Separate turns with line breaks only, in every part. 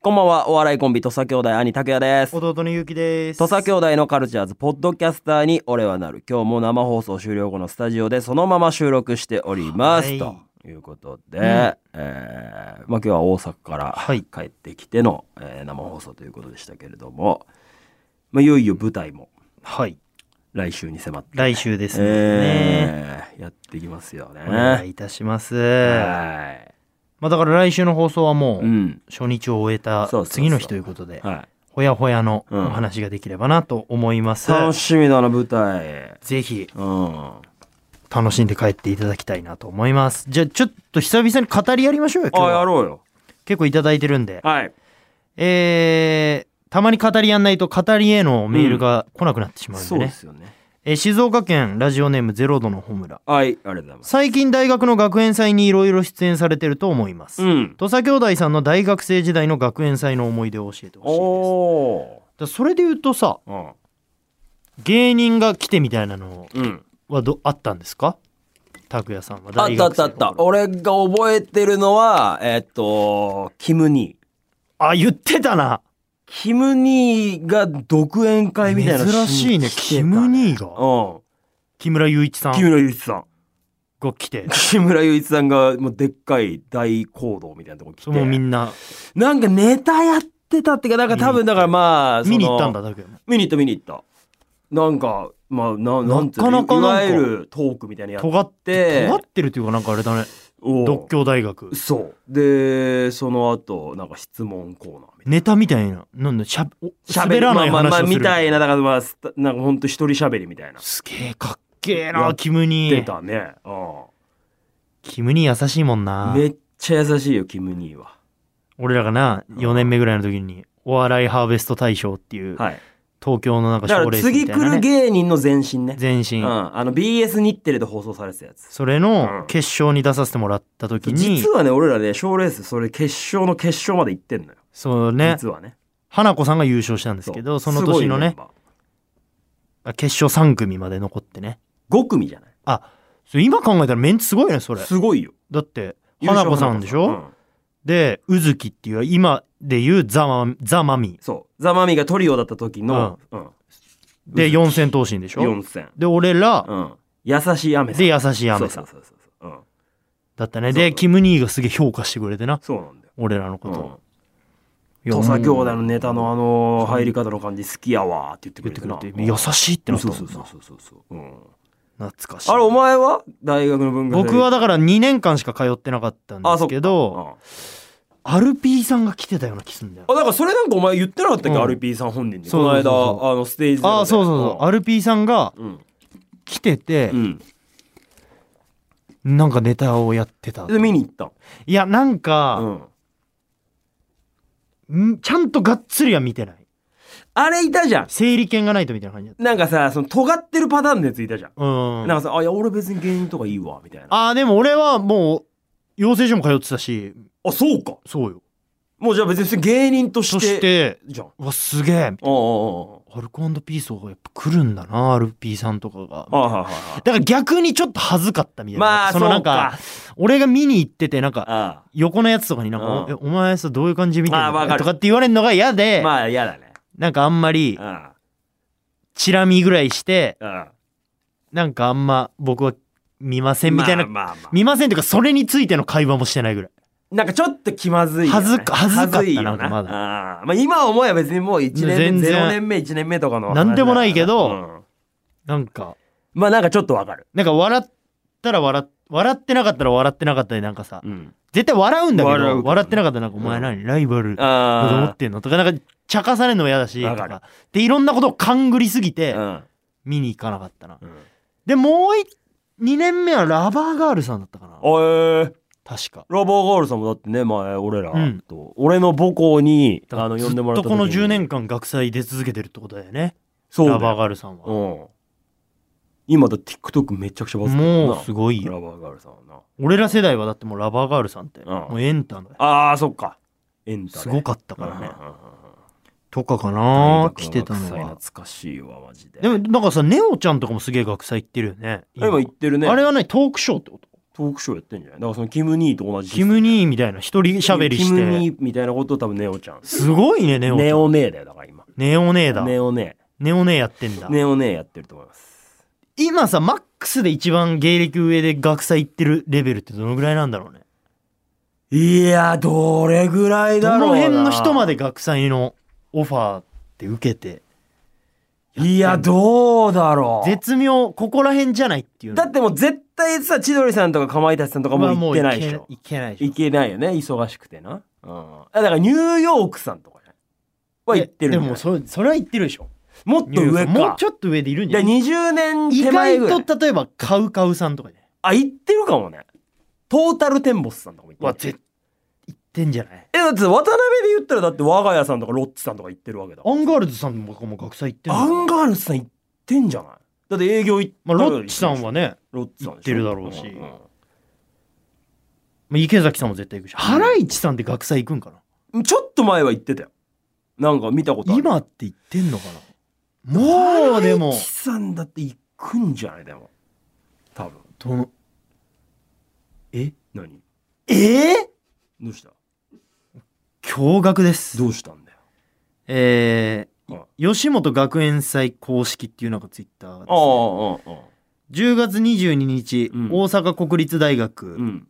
こんばんは、お笑いコンビ、土佐兄弟、兄拓也です。
弟のゆうきです。
土佐兄弟のカルチャーズ、ポッドキャスターに俺はなる。今日も生放送終了後のスタジオでそのまま収録しております。
はい
ということで、
ん
えーまあ、今日は大阪から
はい
帰ってきての、えー生放送ということでしたけれども、まあ、いよいよ舞台も
はい。
来週に迫って、
来週ですね。
えーやってきますよ
お願い
ね。
いたします。
は
まあだから来週の放送はも
い。う。
うん初日を終えた
そうそうそう
次の日ということで、
は
ほやほやの
うん
お話ができればなと思いま
い。
す。
楽しみだな、舞台。
ぜひ
うん。
楽しんで帰っていただきたいなと思います。じゃあちょっと久々に語りやりましょうよ。今
あ、
日
や
は
ろうよ。
結構いただいてるんで。
はい。
えー、たまに語りやんないと語りへのメールが来なくなってしまうんで
そうで
ね。
すよね。
えー静岡県ラジオネームゼロ度のホムラ。
はい、ありがとうございます。
最近大学の学園祭にいろいろ出演されてると思います、
うん。
土佐兄弟さんの大学生時代の学園祭の思い出を教えてほし
お
いですだそれで言うとさ
ー。
芸人が来てみたいなの
うん。
はどあったんですか拓也さんは
あっ
大
たあ
学
った
生
あった。
の頃
俺が覚えてるのは、えっと、キム兄。
あ言ってたな
キム兄が独演会みたいな
珍しいねキム兄が
が。
木村雄一さ
うんん。木村雄一さん。
が来て
木村雄一さんが、もうでっかい大講堂みたいなとこ来
それもみ
て。
んな
なんかネタやってたっていうか、なんか多分だからまあ、その
見に行ったんだ拓也も
見に行った見に行った。なんか、まあ、ななんていうの
なか
い
なかなんか
わゆるトークみたいなやつ。
尖って
で
尖ってるというかなんかあれだね独協大学
そうでその後なんか質問コーナーみたいな
ネタみたいななんだしゃお
喋
喋
り
らない
まあまあ
話を
まあ
する
みたいなだからまあすなんかほんと一人喋りみたいな
すげえかっけえ
や
な
っ
キム
出
ニ
たねう
キムニ優しいもんなん
めっちゃ優しいよキム兄は
俺らがな
うん
4年目ぐらいの時にお笑いハーベスト大賞っていう
はい
東京のなんか
だから
賞レースみ
次
た
来
いな
る
ね
芸人の前身ね
前
う
身
んあの BS 日テレで放送されてたやつ
それ
うん
の決勝に出させてもらった時に
実はね俺らね賞レースそれ決勝の決勝まで行ってんのよ
そうね
実はね
花子さんが優勝したんですけどその年のね決勝3組まで残ってね
5組じゃない
そう今考えたらメンツすごいねそれ
すごいよ
だって花子さんでしょ、
優勝花子さんうん
で宇月っていう今でいうザ・マザマミ
そうザ・マミィがトリオだった時のうん
で
宇
四千頭身でしょ
四千
で俺ら
うん優しい雨さん
で優しい雨さ
そ
ん
うそうそうそううん
だったね
そう
で
そう
キム兄がすげえ評価してくれてな
そうなんだよ
俺らのことを、
うん土佐兄弟のネタのあの
ん
入り方の感じ好きやわって言ってく
言
れ
っ
て
てくれ
な
て
うん
優しいってなった
そ
も
うん
な
そうそうそうそうそううん
懐かしい
あれお前は大学の文化祭
僕はだから2年間しか通ってなかったんで
あそ
す
っか
け
うん
ど
あ
アルピーさんが来てたような気すんだよ
だからそれなんかお前言ってなかったっけ
うん
RP さん本人にこ
そう
の
そう
間
そうそう
あのステージ
ああそうそうそうアルピーさんが
うんうん
来てて
うん
なんかネタをやってた
で見に行った
いやなんか
うん
んちゃんとがっつりは見てない
あれいたじゃん
整理券がないとみたいな感じだっ
なんかさその尖ってるパターンのやついたじゃん
たうん
なんかさ、あ、いや、俺別に芸人とかいいわ、みたいな。あ、
ああでも俺はもう養成所も通ってたし
そうか。
そうよ
もうじゃあ別に芸人として。
そして
じゃん。
うわすげえ
ああ、あ
アルコピースがやっぱ来るんだなアルピーさんとかが
あ、ああ、ああ、はいはいは
だから逆にちょっと恥ずかったみた
い。
いな。
まあ、
そ
そ
のな
うん
か
か。
俺が見に行ってて、なんか、
あ
横のやつとかになんか、
うん
おえお前さ、どういう感じ見てる
あーわか
の
る
とかって言われるのが嫌で、
あ、まあ、嫌だね。
なんかあんまり
う、ん。
チラ見ぐらいして、
うん。
なんかあんま僕は見ませんみたいな、
まあまあまあ。
見ませんというか、それについての会話もしてないぐらい。
なんかちょっと気まずいよね。
恥ずか恥ずかった
恥ずいよ
なんかまだ
ああまあ今思えば別にもう1年
全
目、
然
0年目、1年目とかの話だから。
なんでもないけど
うん
なんか、
まあなんかちょっとわかる。
なんか笑ったら笑っ笑ってなかったら笑ってなかったでなんかさ、
うん。
絶対笑うんだけど
笑うけどね
笑ってなかったらなんかお前何、ライバルだと思っ
あ
てんのとかなんか茶化されるのも嫌だし
わ
と
かる
かでいろんなことを勘ぐりすぎて、
あ。
見に行かなかったな。
うん。
で、もうい2年目はラバーガールさんだったかな
おえー。
確か。
ラバーガールさんもだってね前俺らと、
うん
俺の母校に
だから
あの呼んでもらった
ず
時
っと
に
この10年間学祭出続けてるってことだよね。
そうだよ
ラバーガールさんは。
うん今だって TikTok めちゃくちゃバズってるんな
もうすごいよ。
ラバーガールさんはな
俺ら世代はだってもうラバーガールさんって、
ん
もうエンタの
あーそっかエンタ、ね、
すごかった
だ
からね。
ね
とかかな来てたのは。
懐かしいわマジで
でもなんかさ、ネオちゃんとかもすげえ学祭行ってるよね。
今言ってるね
あれはね、トークショーってこと
トークショーやってんじゃないだからそのキム・ニーと同じ
キム・ニーみたいな一人喋り
キ
し
ム・ニ
て。
ーみたいなことを多分ネオちゃん
すごいね、ネオちゃん。
ネオネーだよだから今
ネオネーだ。
ネオネ
ネオネーやってんだ
ー。ネオネーやってると思います
今さ、マックスで一番芸歴上で学祭行ってるレベルってどのぐらいなんだろうね。
いやどれぐらい
ど
だろう
の
な
辺の人まで学祭のオファーって受けて、
いやどうだろう
絶妙、ここら辺じゃないっていうの
だってもう絶対さ千鳥さんとかかまいたちさんとかもう行ってないでしょ
いけないでし
行
ょ。
けないよね忙しくてな、うん、あだからニューヨークさんとかねは行ってるんじ
で
ゃない
もそれ、それは言ってるでしょ。
もっと上か
もうちょっと上でいるんじゃ
で
ない
20年
意
手前ぐらい
外と例えばカウカウさんとかじゃない
あ行ってるかもねトータルテンボスさんとかも行って
わ
る
絶言ってんじゃない
えだって渡辺で言ったらだって我が家さんとかロッチさんとか行ってるわけだ
アンガールズさんももう学祭行ってる
アン
ま
ガールズさん行ってんじゃないだって営業行って
あロッチさんはね、
ロッチさんでしょ
行ってるだろうし
んん
まあ、池崎さんも絶対行くしハライチさんって学祭行くんか
ちょっと前は行ってたよなんか見たことあ
な
る
今って言ってんのかなもうでも
大地さんだって行くんじゃないでも多分
どのえ
何
え
どうした
驚愕です
どうしたんだよ
えー
あ
吉本学園祭公式っていうのがツイッタ
あ
ーです、ね、
ああああ
10月22日、
うん
大阪国立大学、
うん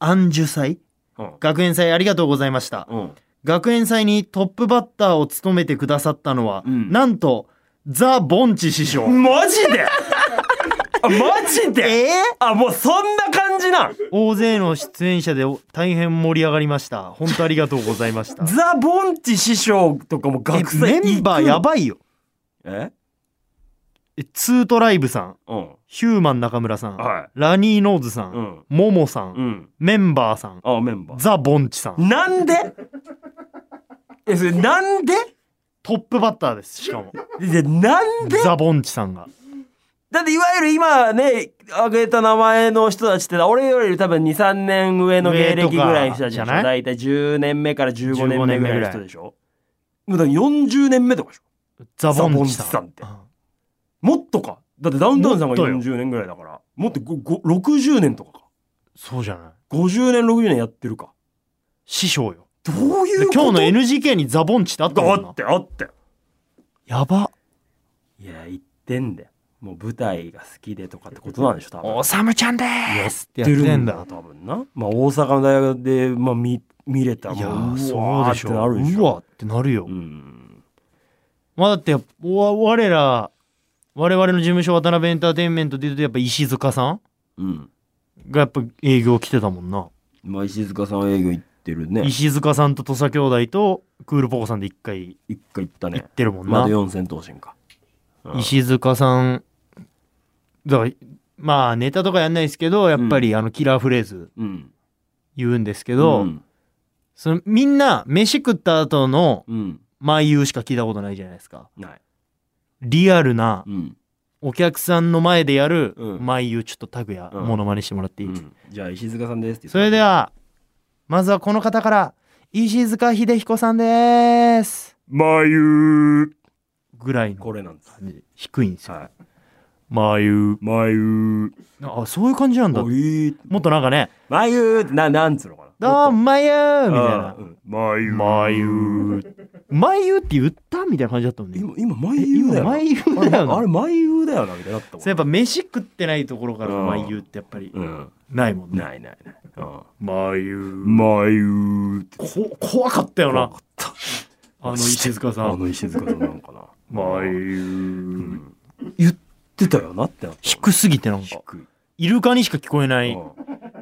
安寿祭
うん
学園祭ありがとうございました
うん
学園祭にトップバッターを務めてくださったのは、
うん
なんとザ・ボンチ師匠
マジで あマジで
え
あもうそんな感じなん
大勢の出演者で大変盛り上がりました本当ありがとうございまし た
ザ・ボンチ師匠とかも学生
えメンバーやばいよ
え
えツートライブさん
うん
ヒューマン中村さん、
はい
ラニーノーズさん、
うん
モモさん、
うん
メンバーさん
あメンバー
ザ・ボンチさん
なんでえそれなんで
トップバッターですしかも
でなんで
ザ・ボンチさんが
だっていわゆる今ね挙げた名前の人たちって俺より多分23年上の芸歴ぐらいの人たちでしょ
上とかじゃない
大体10年目から15年
15
目
年
ぐ
目
らいの人でしょもうだから40年目とかでしょ
ザ・ボンチ
ザ
さ
ボン
ん
チさんもっとかだってダウンタウンさんが
もっとよ
40年ぐらいだからもっとごご60年とかか
そうじゃない
50年60年やってるか
師匠よ
どうい
で
うこと
今日の NGK にザ・ボンチってあった
が
も
あ
んな
ってあって
やば
いや言ってんだよもう舞台が好きでとかってことなんでしょ多分
おさむちゃんで
や
ー
っ
すっ
て
てやっ
る
て
ん
ん
だ
だ
多分なまあ大阪の大学で、まあ、見見れたら
いや
もわ
ーそう
ー
でし
ってな
ょ
るでし
う
ょ
わってなるよ、
うん
まあだってわ我ら我々の事務所渡辺エンターテインメントでいうとやっぱ石塚さん
うん
がやっぱ営業来てたもんな、
まあ石塚さんは営業行ってるね
石塚さんと土佐兄弟とクールポコさんで一回
一回行った
行
ね
ってるもん
ま
な、
だ四千頭身かうん
石塚さんだからまあネタとかやんないですけどやっぱりあのキラーフレーズ
うん
言うんですけど、
うん
そのみんな飯食った後の
うん
前言うしか聞いたことないじゃないですか
ない
リアルな
うん
お客さんの前でやる
うん
前言うちょっとタグや
うん
モノマネしてもらっていい、
うんじゃあ石塚さんですって言っ
そ
て
れではまずはこの方から石塚秀彦さんです
まゆ
ぐらいの
これなんです
感じ低いんですよ
はい
眉
まゆ
あそういう感じなんだもっとなんかね
まゆってななんつうのかな
「どう
もっ
も眉」
と
みたい
あ
な
ーうんまゆ
「眉」「眉」って言ったみたいな感じだったもんね
今今ま
え
ゆだ
今
よなあれ
眉だよな
あれ眉優だよなみたいになったもん
そうやっぱ飯食ってないところから
うん
眉ってやっぱり
うん
ないもんね
ないないないうん
眉
眉って
こ怖かったよ
怖
な
かった
あの石塚さ
あ
ん
の石塚さんなんかな
眉
言ってたよなってなった
低すぎてなんか
低い
イルカにしか聞こえない
うん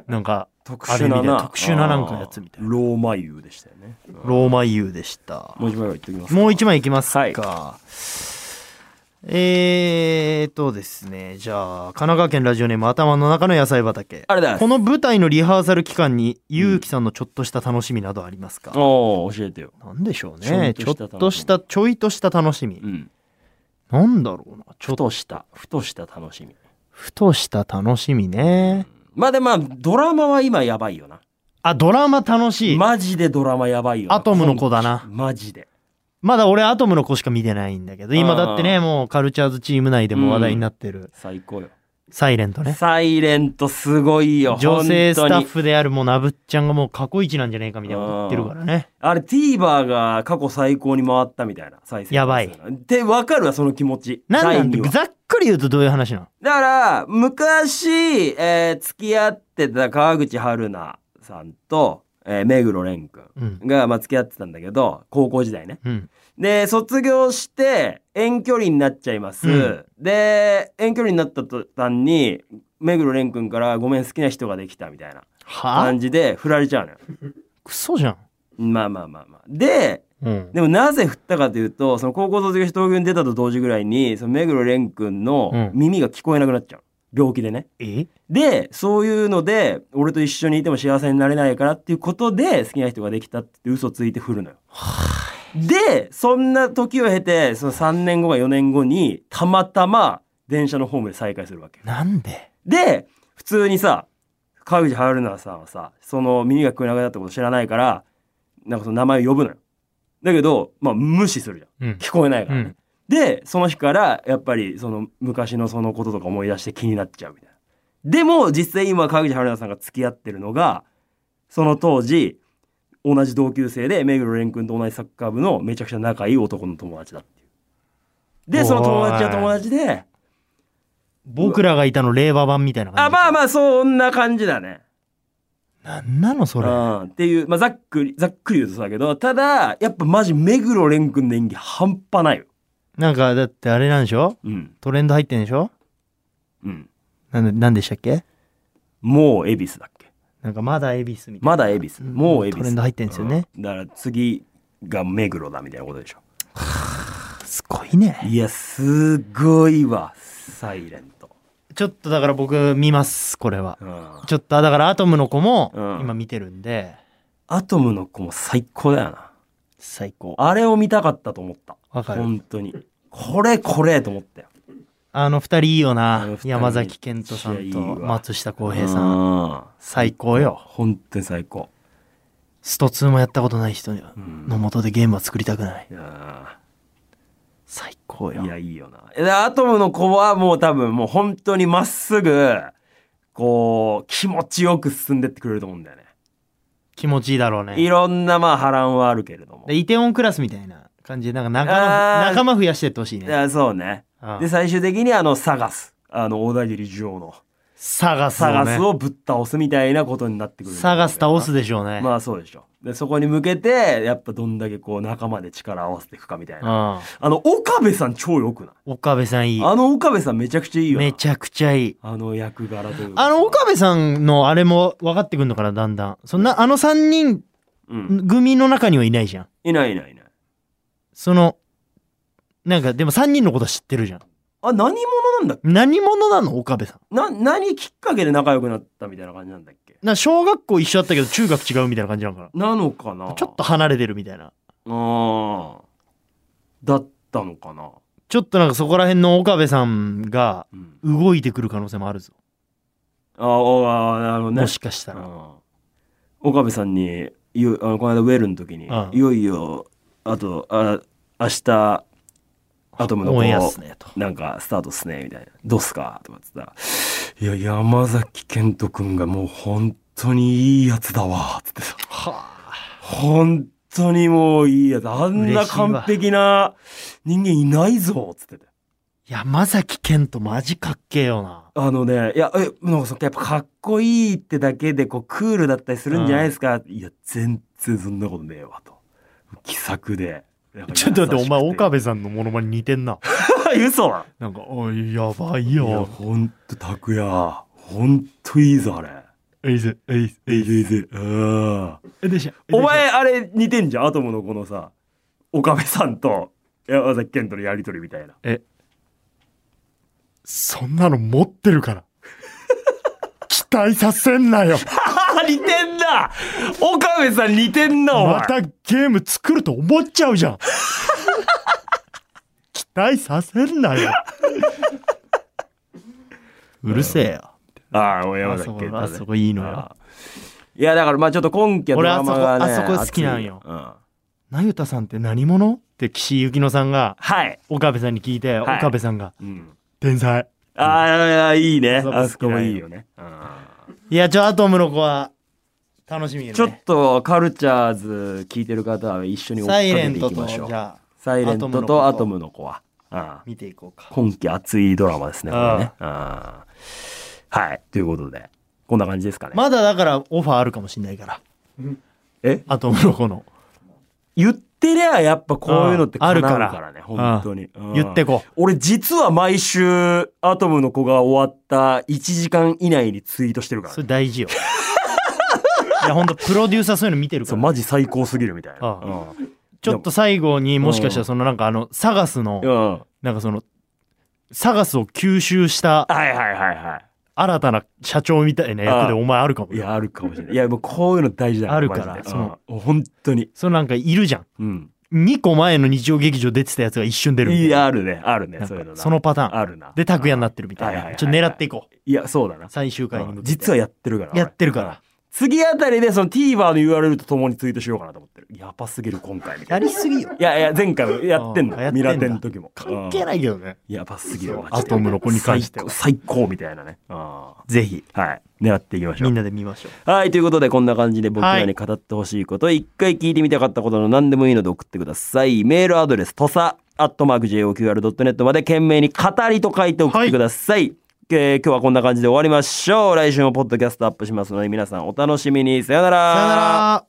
なんか
特
あれ
殊
みた
ない
な
な
特殊ななんかやつみたいな
ローマ優でしたよねうん
ローマ優でした
もう一枚は言っときます
もう一枚いきますか。
はい
えーっとですね、じゃあ、神奈川県ラジオネーム頭の中の野菜畑。
あれだ
この舞台のリハーサル期間に、ゆうきさんのちょっとした楽しみなどありますか、
おお教えてよ
なんでしょうね。
ち
ち
ょ
ょ
っ
っ
と
と
し
したた、ちょいとした楽しみ
う。ん
なんだろうな。ち
ふ
ょっと、
としたふとした楽しみ
ふとした楽しみね。
まあでもまあドラマは今やばいよな
あ、ドラマ楽しい。ま
マジでドラマやばいよな
アトムの子だな
マジで
だ俺、アトムの子しか見てないんだけど、今だって
あ
ね、
ー
もうカルチャーズチーム内でも話題になってる。
最高よ
サイレントね。
サイレントすごいよ。
女性ス
本
タ
当
ッ
に
フであるもうなぶっちゃんがもう過去一なんじゃねえかみたいなこと言ってるからね。
あれ TVer が過去最高に回ったみたいな再生回数
やばい
で、わかるわ、その気持ち。
なんな
第
ん
二
て
話
ざっくり言うとどういう話なの
だから、昔、えー付き合ってた川口春奈さんと、えー目黒蓮く
うん。
んが、まあ、付き合ってたんだけど、高校時代ね。
うん。
で、卒業して、遠距離になっちゃいます。
うん
で、遠距離になった途端に、目黒蓮くんから、ごめん、好きな人ができた、みたいな
はあ
感じで、振られちゃうのよ。
クソじゃん。
まあまあまあまあ。で、
うん。
でもなぜ振ったかというと、その高校卒業して東京に出たと同時ぐらいに、その目黒蓮くんの
うん
耳が聞こえなくなっちゃう。病気でね。
え
で、そういうので、俺と一緒にいても幸せになれないからっていうことで、好きな人ができたって言って嘘ついて振るのよ。で、そんな時を経て、その3年後か4年後に、たまたま電車のホームで再会するわけ。
なんで
で、普通にさ、川口春奈さんはさ、その耳が聞こえなくなったこと知らないから、なんかその名前を呼ぶのよ。だけど、まあ無視するじゃん。
うん。
聞こえないか
う
らね。
ん。
で、その日から、やっぱり、その、昔のそのこととか思い出して気になっちゃうみたいな。でも、実際今、川口春奈さんが付き合ってるのが、その当時、同じ同級生で、目黒蓮君と同じサッカー部のめちゃくちゃ仲いい男の友達だっていう。で、その友達は友達で、
僕らがいたの令和版みたいな感じ。
あ、まあまあ、そんな感じだね。
なんなのそうれ。
ん。っていう、まあ、ざっくり、ざっくり言うとそうだけど、ただ、やっぱマジ目黒蓮君の演技半端ないよ。
なんか、だってあれなんでしょ
うん。
トレンド入ってんでしょ
うん。
なんで、なんでしたっけ
もう、恵比寿だっけ
なんかまだ恵比寿みたいな。
まだ恵比寿。もう恵比寿。
トレンド入ってんですよね。
うんだから次が目黒だみたいなことでしょ。
すごいね。
いや、すごいわ、サイレント。
ちょっとだから僕見ます、これは。
うん
ちょっと、あだからアトムの子も
うん
今見てるんで、
アトムの子も最高だよな。
最高。
あれを見たかったと思った。
わかる
本当に。これこれと思ったよ。
あの二人いいよ
あの
な
二。人
山崎賢人さんと
めっちゃいいわ
松下洸平さん。
さん。
最高よ。
本当に最高。
スト2もやったことない人
ん
のもとでゲームは作りたくない。
いや
最高
ー
よ
い。や、いいよな。えアトムの子はもう多分もう本当にまっすぐ、こう、気持ちよく進んでってくれると思うんだよね。
気持ちいいだろう
い
ね。
ろんなまあ波乱はあるけれども。
でイテウォンクラスみたいな感じで、なんか仲
あ
間
ー
仲間増やしてってほしい
い
ね。
やそうね。
うん
で最終的にあの探すあの大田切女王の
探すを
探す
ね。
をぶっ倒すみたいなことになってくる。
探す倒すでしょうね。
まあそうでしょ。でそこに向けてやっぱどんだけこう仲間で力を合わせていくかみたいな。あの岡部さん超良くない。
うん。岡部さんいい。
あの岡部さんめちゃくちゃいいよな。
めちゃくちゃいい。
あの役柄というか
あの、岡部さんのあれも分かってくんのかな、だんだん。そんな、あの3人
うん、
組の中にはいないじゃん。
いないいないいない。
その、なんかでも3人のこと知ってるじゃん。
あ何者なんだっけ。
何者なの岡部さん。
な何きっかけで仲良くなったみたいな感じなんだっけ。
なんか小学校一緒だったけど中学違うみたいな感じなのか
なのかな。
な。ちょっと。離れてるみたいな。
ああ。だったのかな。
ちょっとなんかそこら辺の岡部さんが
うん。
動いてくる可能性もあるぞ。
あああ、なるほどね。
もしかした
う
ら。
ん岡部さんに、いよあのこの間ウェルの時に、
うん
いよいよ、あと、あ明日、アトムの
オ
子
ンエアっすね、と。
なんかスタートっすね、みたいな。どうっすかとかって言ったら、いや、山崎賢人くんがもう本当にいいやつだわ、つってさ。
はあ。
本当にもういいやつ。あんな
嬉しいわ
完璧な人間いないぞ、つってて。
山崎賢人マジかっけえよな。
あのね、いや、え、なんかそやっぱかっこいいってだけで、こう、クールだったりするんじゃないですか、いや、全然そんなことねえわ、と。気さくで。
ちょっと待って、お前岡
部。
部さんのモノマネ似てん な。
嘘だ
なんか、おい、やばい
いや、
よ。
ほんと、拓也。ほんといいぞ、あれ。
えいぜ、えいぜ、
えいぜいぜ。うん。
えでしょ。
お前、あれ似てんじゃん、アトムのこのさ、岡部さんと山崎賢人のやりとりみたいな。
え、そんなの持ってる から。期待させんなよ。
ああ、似てんな岡部さん似てんな、お前。
またゲーム作ると思っちゃうじ ゃん。期待させんなよ。 うるせえよ。
ああ、もう
あ
山
そ
崎賢人
こ
ね、
あそこいいのよ。
あいやだからまあちょっと今期はドラマがね
俺あそこあそこ好きなんよ
熱いうん
なゆたさんって何者って岸井ゆきのさんが
はい、
岡部さんに聞いて、
はい
岡部さんが
うん、
「天才
ああ、いいね。
そこ
あそこも
好きなんよ
いいよね。うん
いや、ちょ、アトムの子は、楽しみやね。
ちょっとカルチャーズ聞いてる方は一緒に追っ
サ
か
イレ
けて
ン
い
ト
き
と、
ましょ
じ
う。
ゃあ、
サイレントとアトムの子は。うん
見ていこうか。
今期熱いドラマですね、これね。うんはい。ということで、こんな感じですかね。
まだだから、オファーあるかもしんないから。
え
アトムの子の。
言ってりゃやっぱこういうのって
ああ
叶
る
う
から
からね、本当に。うん
言ってこ
俺実は毎週アトムの子が終わった1時間以内にツイートしてる
う。
から
そ
ね、
れ大事よ。 いや、ほんと、プロデューサーそういうの見てる
そ
か
う
ら。
マジ最高すぎるみたいな。
ああ
うん
ちょっと最後にもしかしたら、そのなんかあの、サガスの、
うん。はい
なんかその、サガスを吸収した
はいはいは
新たな社長みたいな役で
あ
お前あるかも
い。い
よ。
や、あるかもしれない。いや、もうこういうの大事だ
あるから
マジで
その
うん本当に。
そのなんかいるじゃん。
うん。
2個前の日曜劇場出てたやつが一瞬出るみたい
い
な。
や、あるね。あるね。
なん
そういうの
か
な
そのパターン。
あるな。
で、拓也になってるみたい
はいはいはいは
な。
い
ちょっと狙っていこう。
いや、そうだな。
最終回に
う
向
ん
けて。
実はやってるから。
やってるから。
次あたりでその TVer の URL とともにツイートしようかなと思ってる。やばすぎる今回みた
や
いな。
りすぎよ。
いやいや、前回もやってん
あ
の。
やってんだ
ミラテンの時も。
関係
い。
ないけどね。
やばすぎるわ。
アトムの子に関しては
最高最高みたいなね。あー
ぜひ、
はい。狙っていきましょ
みん
う。
なで見ましょう。
はい。ということで、こんな感じで僕らに語ってほしいこと、一回聞いてみたかったことの何でもいいので送ってください。メールアドレス、とさ、アットマーク JOQR.net まで懸命に語りと書いて送ってください。えー今日はこんな感じで終わりましょう。来週もポッドキャストアップしますので、皆さんお楽しみに。さよなら。
さよなら。